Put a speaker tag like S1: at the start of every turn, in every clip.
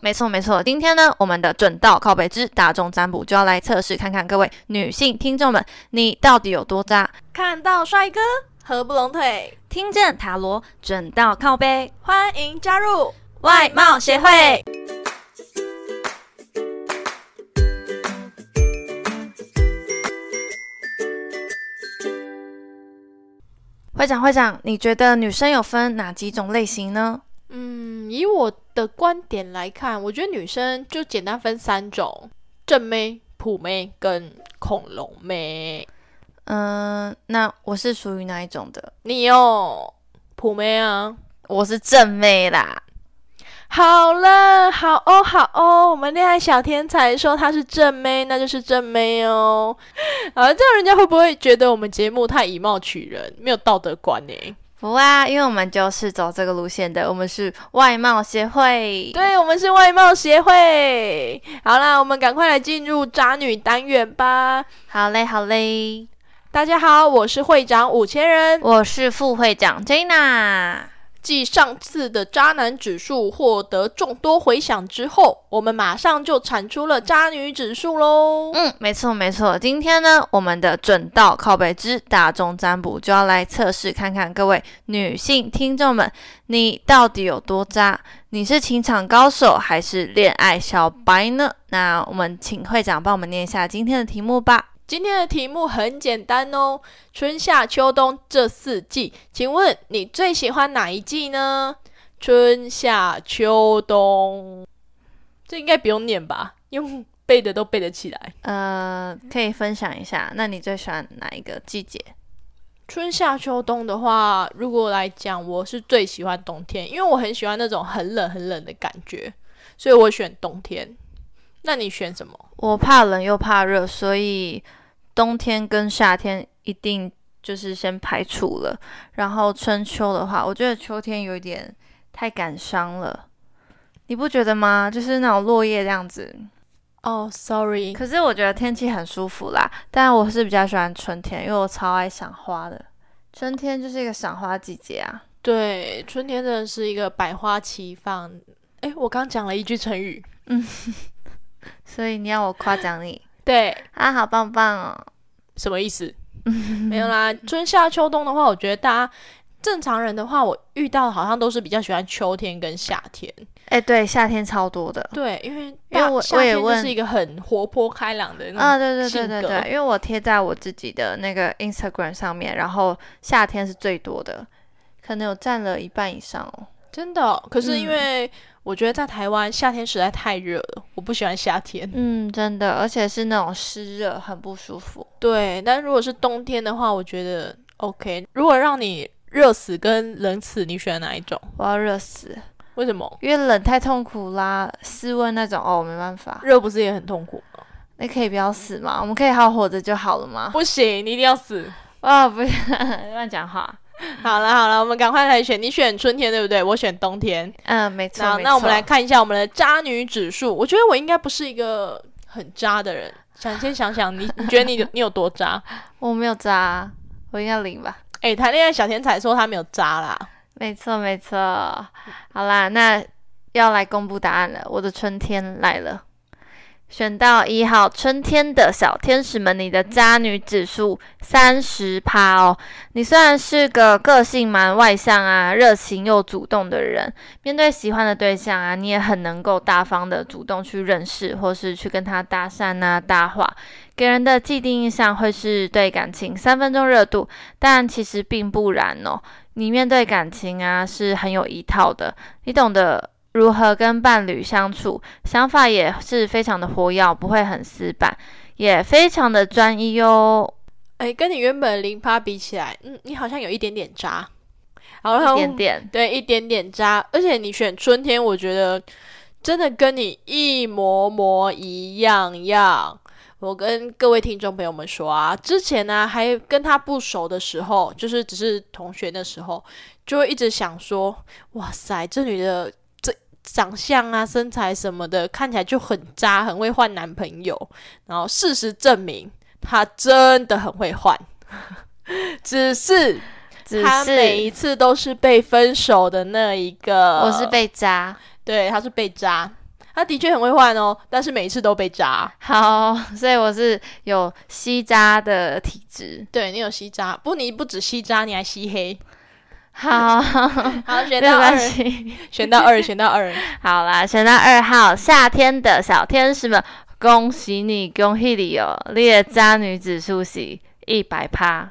S1: 没错没错，今天呢，我们的准到靠北之大众占卜就要来测试看看各位女性听众们，你到底有多渣？
S2: 看到帅哥合不拢腿，
S1: 听见塔罗准到靠背
S2: 欢迎加入。
S1: 外貌协会。会长会长，你觉得女生有分哪几种类型呢？
S2: 嗯，以我的观点来看，我觉得女生就简单分三种：正妹、普妹跟恐龙妹。
S1: 嗯、那我是属于哪一种的？
S2: 你哦，普妹啊。
S1: 我是正妹啦。
S2: 好了，好哦，好哦，我们恋爱小天才说她是正妹，那就是正妹 哦。啊，这样人家会不会觉得我们节目太以貌取人，没有道德观欸呢、
S1: 不啊，因为我们就是走这个路线的，我们是外貌协会。
S2: 对，我们是外貌协会。好啦，我们赶快来进入渣女单元吧。
S1: 好嘞，好嘞，
S2: 大家好，我是会长五千人。
S1: 我是副会长 Jana。
S2: 继上次的渣男指数获得众多回响之后，我们马上就产出了渣女指数喽。
S1: 嗯，没错没错。今天呢，我们的准到靠北之大众占卜就要来测试看看各位女性听众们，你到底有多渣？你是情场高手还是恋爱小白呢？那我们请会长帮我们念一下今天的题目吧。
S2: 今天的题目很简单哦，春夏秋冬这四季，请问你最喜欢哪一季呢？春夏秋冬，这应该不用念吧？用背的都背得起来。
S1: 呃，可以分享一下，那你最喜欢哪一个季节？
S2: 春夏秋冬的话，如果来讲，我是最喜欢冬天，因为我很喜欢那种很冷很冷的感觉，所以我选冬天。那你选什么？
S1: 我怕冷又怕热，所以冬天跟夏天一定就是先排除了。然后春秋的话，我觉得秋天有一点太感伤了，你不觉得吗？就是那种落叶这样子。
S2: 哦、s o r r y
S1: 可是我觉得天气很舒服啦，但我是比较喜欢春天，因为我超爱赏花的。春天就是一个赏花季节啊。
S2: 对，春天真的是一个百花齐放。诶，我刚讲了一句成语，
S1: 所以你要我夸奖你
S2: 对，
S1: 啊，好棒棒哦！
S2: 什么意思？ 没有啦，春夏秋冬的话，我觉得大家正常人的话，我遇到的好像都是比较喜欢秋天跟夏天。
S1: 哎，对，夏天超多的。
S2: 对，因为
S1: 因为
S2: 大
S1: 我
S2: 夏
S1: 我也
S2: 天就
S1: 问
S2: 是一个很活泼开朗的那种
S1: 啊，对对对
S2: 性
S1: 对
S2: 格
S1: 对，因为我贴在我自己的那个 Instagram 上面，然后夏天是最多的，可能有占了一半以上哦。
S2: 真的哦、可是因
S1: 嗯
S2: 为我觉得在台湾夏天实在太热了，我不喜欢夏天。
S1: 嗯，真的，而且是那种湿热，很不舒服。
S2: 对，但如果是冬天的话，我觉得 OK。如果让你热死跟冷死，你选哪一种？
S1: 我要热死，
S2: 为什么？
S1: 因为冷太痛苦啦，室温那种哦，没办法。
S2: 热不是也很痛苦吗？
S1: 那可以不要死吗？我们可以好好活着就好了吗？
S2: 不行，你一定要死。
S1: 啊，不是 乱讲话。
S2: 好了好了，我们赶快来选。你选春天对不对？我选冬天。
S1: 嗯，没错
S2: 那，
S1: 没
S2: 那我们
S1: 错
S2: 来看一下我们的渣女指数。我觉得我应该不是一个很渣的人。想先想想你，你觉得你你有多渣？
S1: 我没有渣啊，我应该零吧。
S2: 哎、谈恋爱小天才说他没有渣啦。
S1: 没错，没错。好啦，那要来公布答案了。我的春天来了，选到一号春天的小天使们，你的渣女指数三十趴哦。你虽然是个个性蛮外向啊、热情又主动的人，面对喜欢的对象啊，你也很能够大方的主动去认识，或是去跟他搭讪啊、搭话，给人的既定印象会是对感情三分钟热度，但其实并不然哦。你面对感情啊是很有一套的，你懂得如何跟伴侣相处，想法也是非常的活跃，不会很死板，也非常的专一哦。
S2: 哎、跟你原本零趴比起来，嗯，你好像有一点点渣。好了，
S1: 一点点，
S2: 对，一点点渣。而且你选春天，我觉得真的跟你一模模一样样。我跟各位听众朋友们说啊，之前呢、还跟他不熟的时候，就是只是同学的时候，就会一直想说，哇塞，这女的这长相啊、身材什么的，看起来就很渣，很会换男朋友。然后事实证明，她真的很会换， 只是
S1: 只
S2: 他每一
S1: 是
S2: 次都是被分手的那一个，
S1: 我是被渣，
S2: 对，他是被渣，他的确很会换哦，但是每一次都被扎。
S1: 好，所以我是有吸渣的体质。
S2: 对你有吸渣，不，你不止吸渣，你还吸黑。
S1: 好，
S2: 好，
S1: 没
S2: 选嗯到
S1: 有
S2: 二
S1: 关，系。
S2: 选到二，选到二。
S1: 好啦，选到二号夏天的小天使们，恭喜你，恭喜你哦！你的渣女指数是一百趴，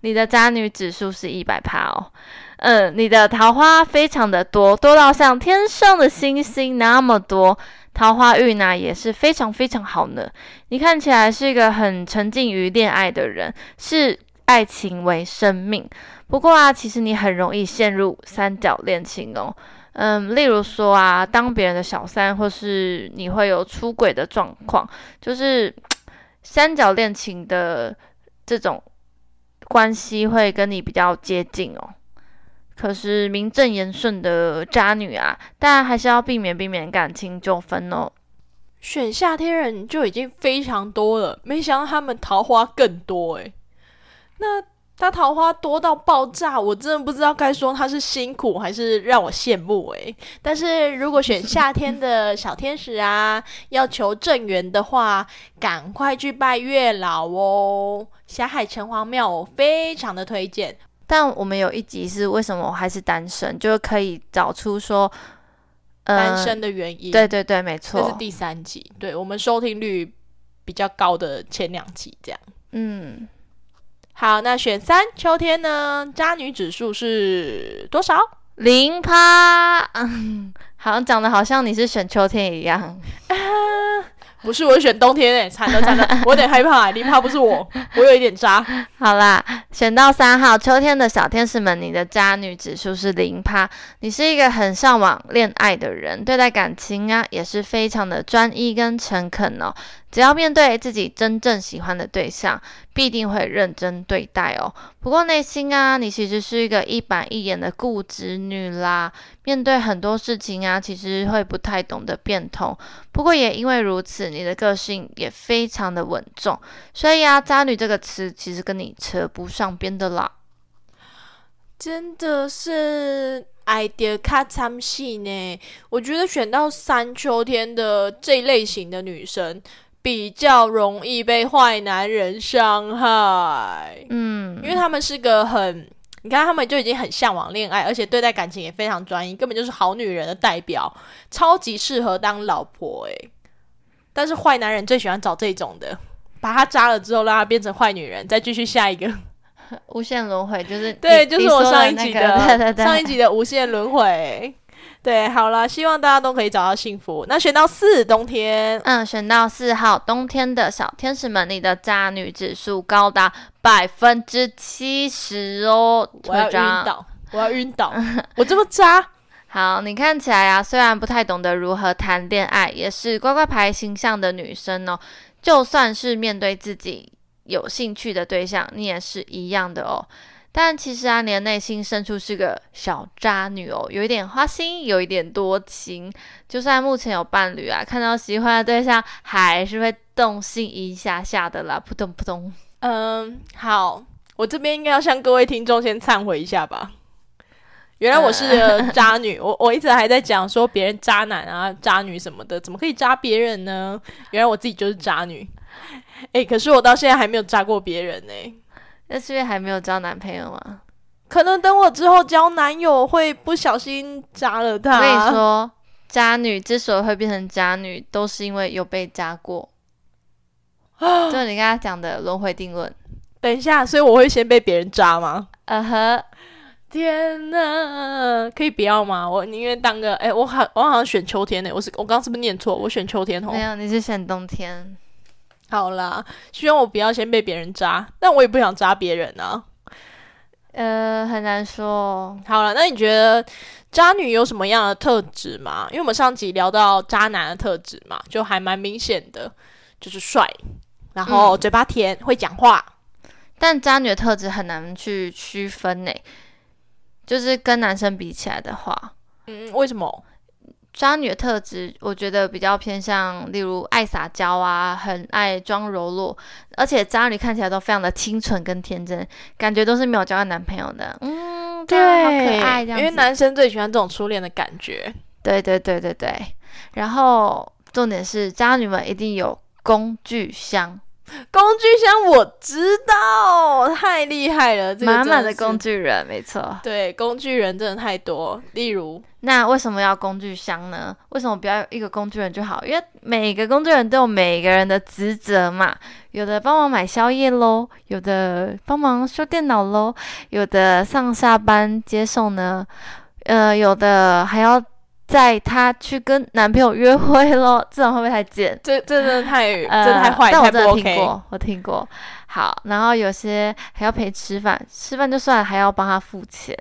S1: 你的渣女指数是一百趴哦。嗯，你的桃花非常的多，多到像天上的星星那么多。桃花运呢、也是非常非常好呢。你看起来是一个很沉浸于恋爱的人，视爱情为生命。不过啊，其实你很容易陷入三角恋情哦。嗯，例如说啊，当别人的小三，或是你会有出轨的状况，就是三角恋情的这种关系会跟你比较接近哦。可是名正言顺的渣女啊，当然还是要避免避免感情纠纷哦。
S2: 选夏天人就已经非常多了，没想到他们桃花更多诶。那他桃花多到爆炸，我真的不知道该说他是辛苦还是让我羡慕诶。但是如果选夏天的小天使啊， 要求正缘的话，赶快去拜月老哦。霞海城隍庙我非常的推荐，
S1: 但我们有一集是为什么我还是单身，就是可以找出说，呃、
S2: 单身的原因。
S1: 对对对，没
S2: 这是
S1: 错，
S2: 第三集，对我们收听率比较高的前两集这样。
S1: 嗯，
S2: 好，那选三，秋天呢？渣女指数是多少？
S1: 零趴， 嗯，好像讲的好像你是选秋天一样。
S2: 不是，我选冬天诶、惨了惨了，我有点害怕、欸，你怕不是 我，我有一点渣。
S1: 好啦，选到三号秋天的小天使们，你的渣女指数是零趴。你是一个很向往恋爱的人，对待感情啊也是非常的专一跟诚恳哦。只要面对自己真正喜欢的对象，必定会认真对待哦。不过内心啊，你其实是一个一板一眼的固执女啦。面对很多事情啊，其实会不太懂得变通。不过也因为如此，你的个性也非常的稳重。所以啊，渣女这个词其实跟你扯不上边的啦。
S2: 真的是 idea 卡参戏呢。我觉得选到三秋天的这一类型的女生，比较容易被坏男人伤害，
S1: 嗯
S2: 因为他们是个很。你看，他们就已经很向往恋爱，而且对待感情也非常专一，根本就是好女人的代表，超级适合当老婆诶、但是坏男人最喜欢找这种的，把她扎了之后，让她变成坏女人，再继续下 一个。
S1: 无限轮回 就是
S2: 对，
S1: 你
S2: 就是
S1: 你说
S2: 我
S1: 的
S2: 上一
S1: 那
S2: 集
S1: 个
S2: 的、
S1: 对对对，
S2: 上一集的无限轮回。对，好啦，希望大家都可以找到幸福。那选到四，冬天
S1: 嗯，选到四号冬天的小天使们，你的渣女指数高达百分之七十哦，
S2: 我要
S1: 特
S2: 晕
S1: 渣。
S2: 倒，我要晕倒，我这么渣，
S1: 好，你看起来啊，虽然不太懂得如何谈恋爱，也是乖乖牌形象的女生哦。就算是面对自己有兴趣的对象，你也是一样的哦。但其实啊，你的内心深处是个小渣女哦，有一点花心，有一点多情。就算目前有伴侣啊，看到喜欢的对象，还是会动心一下下的啦，扑通扑通。
S2: 嗯，好，我这边应该要向各位听众先忏悔一下吧。原来我是
S1: 呃
S2: 个 渣女，我我一直还在讲说别人渣男啊、渣女什么的，怎么可以渣别人呢？原来我自己就是渣女。诶，可是我到现在还没有渣过别人呢、
S1: 那是因为还没有交男朋友吗？
S2: 可能等我之后交男友，会不小心扎了他。
S1: 我跟你，说，渣女之所以会变成渣女，都是因为有被渣 过。就是你刚才讲的轮回定论。
S2: 等一下，所以我会先被别人扎吗？
S1: 呃呵，
S2: 天呐，可以不要吗？我宁愿当个……哎、我好，我好像选秋天呢、我是我刚刚是不是念错？我选秋天哦
S1: 没。有，你是选冬天。
S2: 好啦，希望我不要先被别人扎，但我也不想扎别人啊。
S1: 呃，很难说哦。
S2: 好了，那你觉得渣女有什么样的特质吗？因为我们上集聊到渣男的特质嘛，就还蛮明显的，就是帅，然后
S1: 嗯
S2: 嘴巴甜，会讲话。
S1: 但渣女的特质很难去区分呢，就是跟男生比起来的话，
S2: 嗯，为什么？
S1: 渣女的特质我觉得比较偏向，例如爱撒娇啊，很爱装柔弱，而且渣女看起来都非常的清纯跟天真，感觉都是没有交过男朋友的。嗯，这样好可爱，这样
S2: 因为
S1: 子
S2: 男生最喜欢这种初恋的感觉。
S1: 对对对对对，然后重点是渣女们一定有工具箱，
S2: 工具箱我知道，太厉害了，这个
S1: 满满
S2: 真
S1: 的工
S2: 是
S1: 具人，没错。
S2: 对工具人真的太多，例如
S1: 那为什么要工具箱呢？为什么不要有一个工具人就好？因为每个工具人都有每个人的职责嘛，有的帮忙买宵夜喽，有的帮忙修电脑喽，有的上下班接送呢，呃，有的还要载她去跟男朋友约会喽，这种会不会太贱？
S2: 这这真的太、
S1: 呃，
S2: 真的太坏，
S1: 但我
S2: 太
S1: 真
S2: 不
S1: 的
S2: OK。
S1: 听过，我听过。好，然后有些还要陪吃饭，吃饭就算了，还要帮他付钱。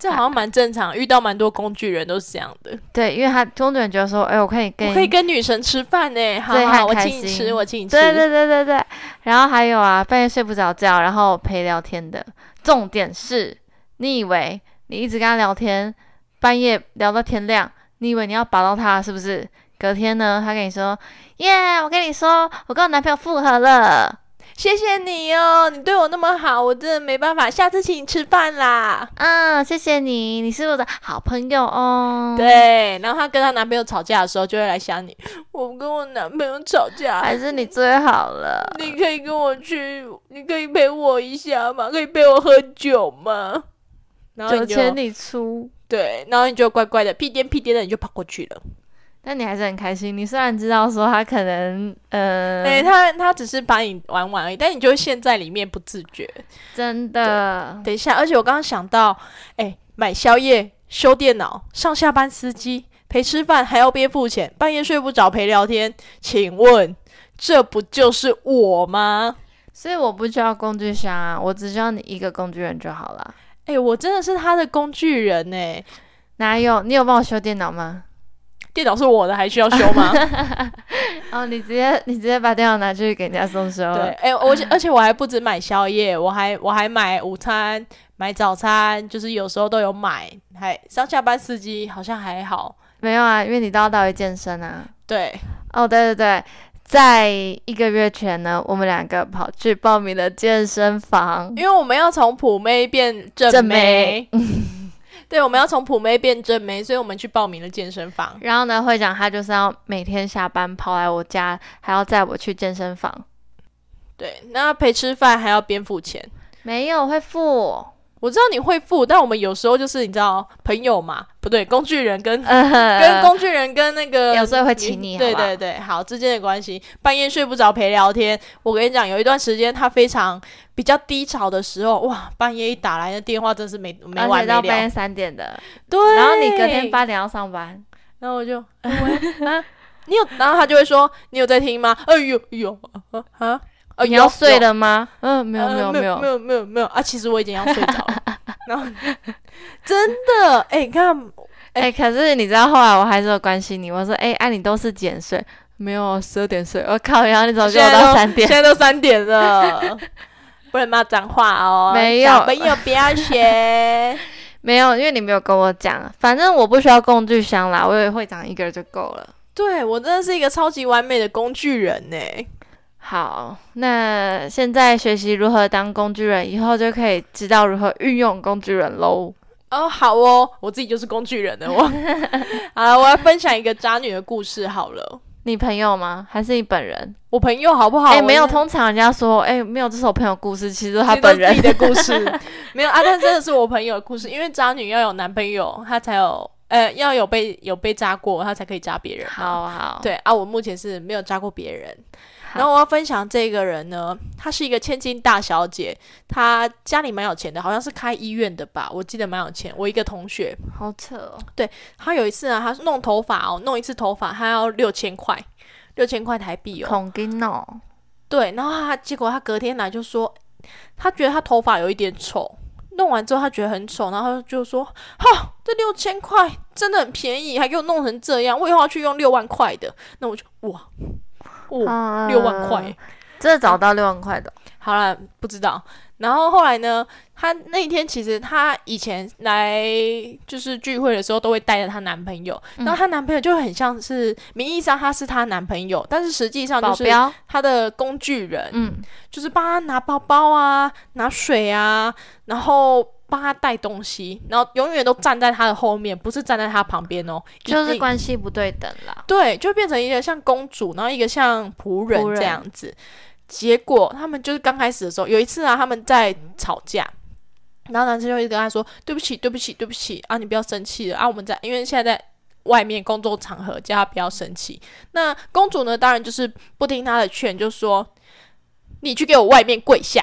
S2: 这好像蛮正常，遇到蛮多工具人都是这样的。
S1: 对，因为他工作人员觉得说，哎、我可以跟
S2: 我
S1: 你
S2: 可以跟女神吃饭呢，好
S1: 对
S2: 好，
S1: 很
S2: 我
S1: 开
S2: 请你
S1: 心
S2: 吃，我请你吃。
S1: 对对对对对，然后还有啊，半夜睡不着觉，然后陪聊天的。重点是，你以为你一直跟他聊天，半夜聊到天亮，你以为你要把到他是不是？隔天呢，他跟你说，耶，我跟你说，我跟我男朋友复合了，
S2: 谢谢你哦，你对我那么好，我真的没办法，下次请你吃饭啦。
S1: 嗯，谢谢你，你是我的好朋友哦。，
S2: 对，然后她跟她男朋友吵架的时候，就会来想你。我跟我男朋友吵架，
S1: 还是你最好了。
S2: 你可以跟我去，你可以陪我一下吗？可以陪我喝酒吗？然后
S1: 酒
S2: 你就
S1: 钱你出，
S2: 对，然后你就乖乖的屁颠屁颠的，你就跑过去了。
S1: 但你还是很开心。你虽然知道说他可能，呃，
S2: 对、他，他哎只是把你玩玩而已，但你就会陷在里面不自觉。
S1: 真的，
S2: 等一下，而且我刚刚想到，哎，买宵夜、修电脑、上下班司机、陪吃饭，还要别付钱，半夜睡不着陪聊天，请问这不就是我吗？
S1: 所以我不需要工具箱啊，我只需要你一个工具人就好了。
S2: 哎，我真的是他的工具人哎，
S1: 哪有？你有帮我修电脑 吗？
S2: 电脑是我的，还需要修吗？
S1: 哦，你直接你直接把电脑拿去给人家送修
S2: 对，
S1: 了。
S2: 哎，我而且我还不止买宵夜，我还我还买午餐、买早餐，就是有时候都有买，还上下班司机好像还好，
S1: 没有啊，因为你都要到去健身啊。
S2: 对，
S1: 哦，对对对，在一个月前呢，我们两个跑去报名了健身房。
S2: 因为我们要从普妹变正
S1: 正
S2: 妹。 对，我们要从普妹变正妹，所以我们去报名了健身房。
S1: 然后呢，会长他就是要每天下班跑来我家，还要载我去健身房。
S2: 对，那陪吃饭还要边付钱。
S1: 没有会 付，
S2: 我知道你会付，但我们有时候就是你知道，朋友嘛，不对，工具人跟、跟
S1: 呃，
S2: 工具人跟那个
S1: 有时候会请你
S2: 对
S1: 好不好
S2: 对对，好之间的关系。半夜睡不着陪聊天，我跟你讲，有一段时间他非常比较低潮的时候，哇，半夜一打来的电话真是没没
S1: 而
S2: 完
S1: 且
S2: 没
S1: 到半夜
S2: 了。
S1: 三点的，
S2: 对，
S1: 然后你隔天八点要上班。
S2: 然后我就，喂啊，你有，然后他就会说，你有在听吗？哎呦有啊啊，呃
S1: 你要睡
S2: 了？
S1: 了吗？嗯，没有
S2: 呃
S1: 没有
S2: 没
S1: 没有
S2: 没，有没有没有啊，其实我已经要睡着了。 然后真的，哎、你看，
S1: 哎、可是你知道后来我还是有关心你，我说哎，哎、啊、你都是几点睡？没有十二点睡。我靠，然后你怎么跟我
S2: 现在
S1: 到
S2: 都
S1: 三
S2: 现
S1: 点？
S2: 在都三点了。不能骂脏话哦，
S1: 没有
S2: 小朋友不 要学。
S1: 没有，因为你没有跟我讲。啊反正我不需要工具箱啦，我有会长一个就够了。
S2: 对我真的是一个超级完美的工具人呢。
S1: 好，那现在学习如何当工具人，以后就可以知道如何运用工具人喽。
S2: 哦，好哦，我自己就是工具人 了。我好了，我要分享一个渣女的故事好了。
S1: 你朋友吗？还是你本人？
S2: 我朋友好不好？
S1: 哎、
S2: 我
S1: 没有，
S2: 真的
S1: 通常人家说，哎、没有，这是我朋友故事，其实都是他
S2: 其实都
S1: 本
S2: 是
S1: 人
S2: 自己。的故 事，没有啊，但真的是我朋友的故事，因为渣女要有男朋友，她才有呃要有被有被渣过，她才可以渣别人。，
S1: 好好，
S2: 对啊，我目前是没有渣过别人。
S1: 好
S2: 然后我要分享这个人呢，她是一个千金大小姐，她家里蛮有钱的，好像是开医院的吧，我记得蛮有钱。我一个同学，
S1: 好扯哦。
S2: 她有一次啊，她弄头发哦，弄一次头发她要六千块，六千块台币哦，
S1: 恐惊哦，
S2: 对，然后他结果他隔天来就说，他觉得他头发有一点丑，弄完之后他觉得很丑，然后就说，哈，这六千块真的很便宜，还给我弄成这样，我以后要去用六万块的。那我就哇，哇，
S1: 啊
S2: 六万块，
S1: 真的找到六万块的哦，
S2: 好了，不知道。然后后来呢，她那一天其实她以前来就是聚会的时候都会带着她男朋友，
S1: 嗯
S2: 然后她男朋友就很像是名义上他是她男朋友，但是实际上嗯就
S1: 保
S2: 是
S1: 镖，
S2: 她的工具人，
S1: 嗯，
S2: 就是帮她拿包包啊、拿水啊，然后帮她带东西，然后永远都站在她的后面，不是站在她旁边哦，
S1: 就
S2: 一
S1: 是
S2: 定
S1: 关系不对等啦。
S2: 对，就变成一个像公主，然后一个像仆人
S1: 仆人
S2: 这样子。结果他们就是刚开始的时候，有一次啊，他们在吵架，然后男生就一直跟他说：“对不起，对不起，对不起啊，你不要生气了啊，我们在因为现在在外面工作场合，叫他不要生气。”那公主呢，当然就是不听他的劝，就说：“你去给我外面跪下。”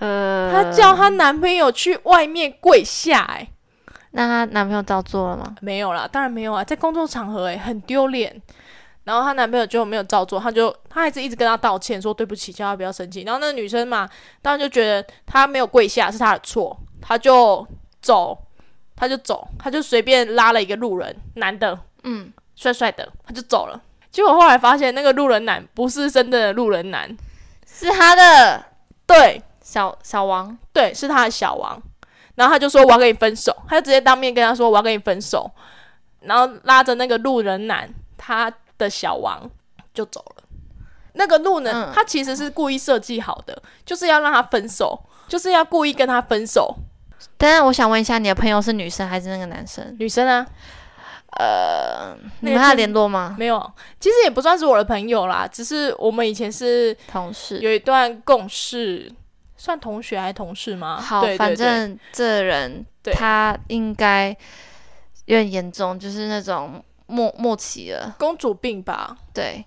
S1: 呃，
S2: 她叫她男朋友去外面跪下、哎，
S1: 那她男朋友照做了吗？
S2: 没有啦，当然没有啊，在公众场合哎、很丢脸。然后她男朋友就没有照做，她就她还是一直跟她道歉，说对不起，叫她不要生气。然后那个女生嘛，当然就觉得她没有跪下是她的错，她就走，她就走，她就随便拉了一个路人男的，
S1: 嗯，
S2: 帅帅的，她就走了。结果后来发现那个路人男不是真正的路人男，
S1: 是她的
S2: 对
S1: 小小王，
S2: 对，是他的小王。然后他就说我要跟你分手，他就直接当面跟他说我要跟你分手，然后拉着那个路人男他的小王就走了。那个路人、
S1: 嗯
S2: 他其实是故意设计好的，就是要让他分手，就是要故意跟他分手。
S1: 但是我想问一下，你的朋友是女生还是那个男生？
S2: 女生啊，
S1: 你
S2: 那个
S1: 们还有
S2: 就是
S1: 联络吗？
S2: 没有，其实也不算是我的朋友啦，只是我们以前是
S1: 同事。
S2: 有一段共事，算同学还是同事吗？
S1: 好，
S2: 对对
S1: 反
S2: 对
S1: 正这人
S2: 对
S1: 他应该有点严重，就是那种末末期了。
S2: 公主病吧，
S1: 对，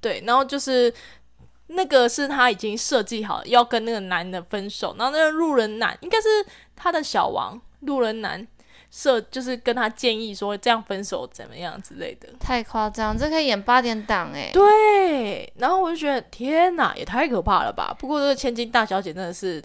S2: 对，然后就是那个是他已经设计好要跟那个男的分手，然后那个路人男应该是他的小王，路人男设就是跟他建议说这样分手怎么样之类的。
S1: 太夸张，这可以演八点档哎、
S2: 对，然后我就觉得天哪，也太可怕了吧！不过这个千金大小姐真的是，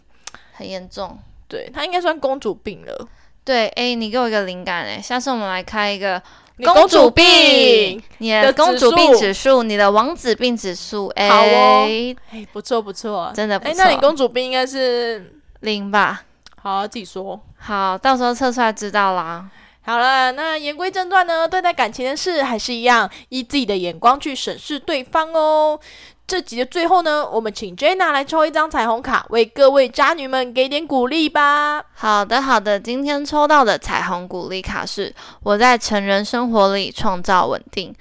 S1: 很严重。
S2: 对她应该算公主病了，
S1: 对，哎、你给我一个灵感哎、下次我们来开一个
S2: 你公
S1: 主
S2: 病。，
S1: 你的
S2: 的
S1: 公
S2: 指
S1: 主病
S2: 数
S1: 指数，你的王子病指数，哎、
S2: 好哦哎，不错不错，
S1: 真的不
S2: 哎，
S1: 错，
S2: 那你公主病应该是
S1: 零吧？
S2: 好自己说。
S1: 好，到时候测出来知道啦。
S2: 好了，那言归正传呢，对待感情的事还是一样，依自己的眼光去审视对方哦。这集的最后呢，我们请 Jenna 来抽一张彩虹卡，为各位渣女们给点鼓励吧。
S1: 好的，好的。今天抽到的彩虹鼓励卡是：我在成人生活里创造稳定，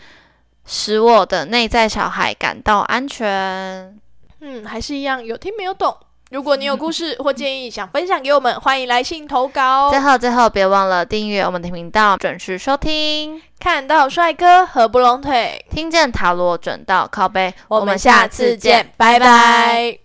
S1: 使我的内在小孩感到安全。
S2: 嗯，还是一样，有听没有懂。如果你有故事或建议想分享给我们，欢迎来信投稿
S1: 最。后，最后别忘了订阅我们的频道，准时收听，
S2: 看到帅哥合不拢腿，
S1: 听见塔罗准到靠背。
S2: 我们下次见，拜拜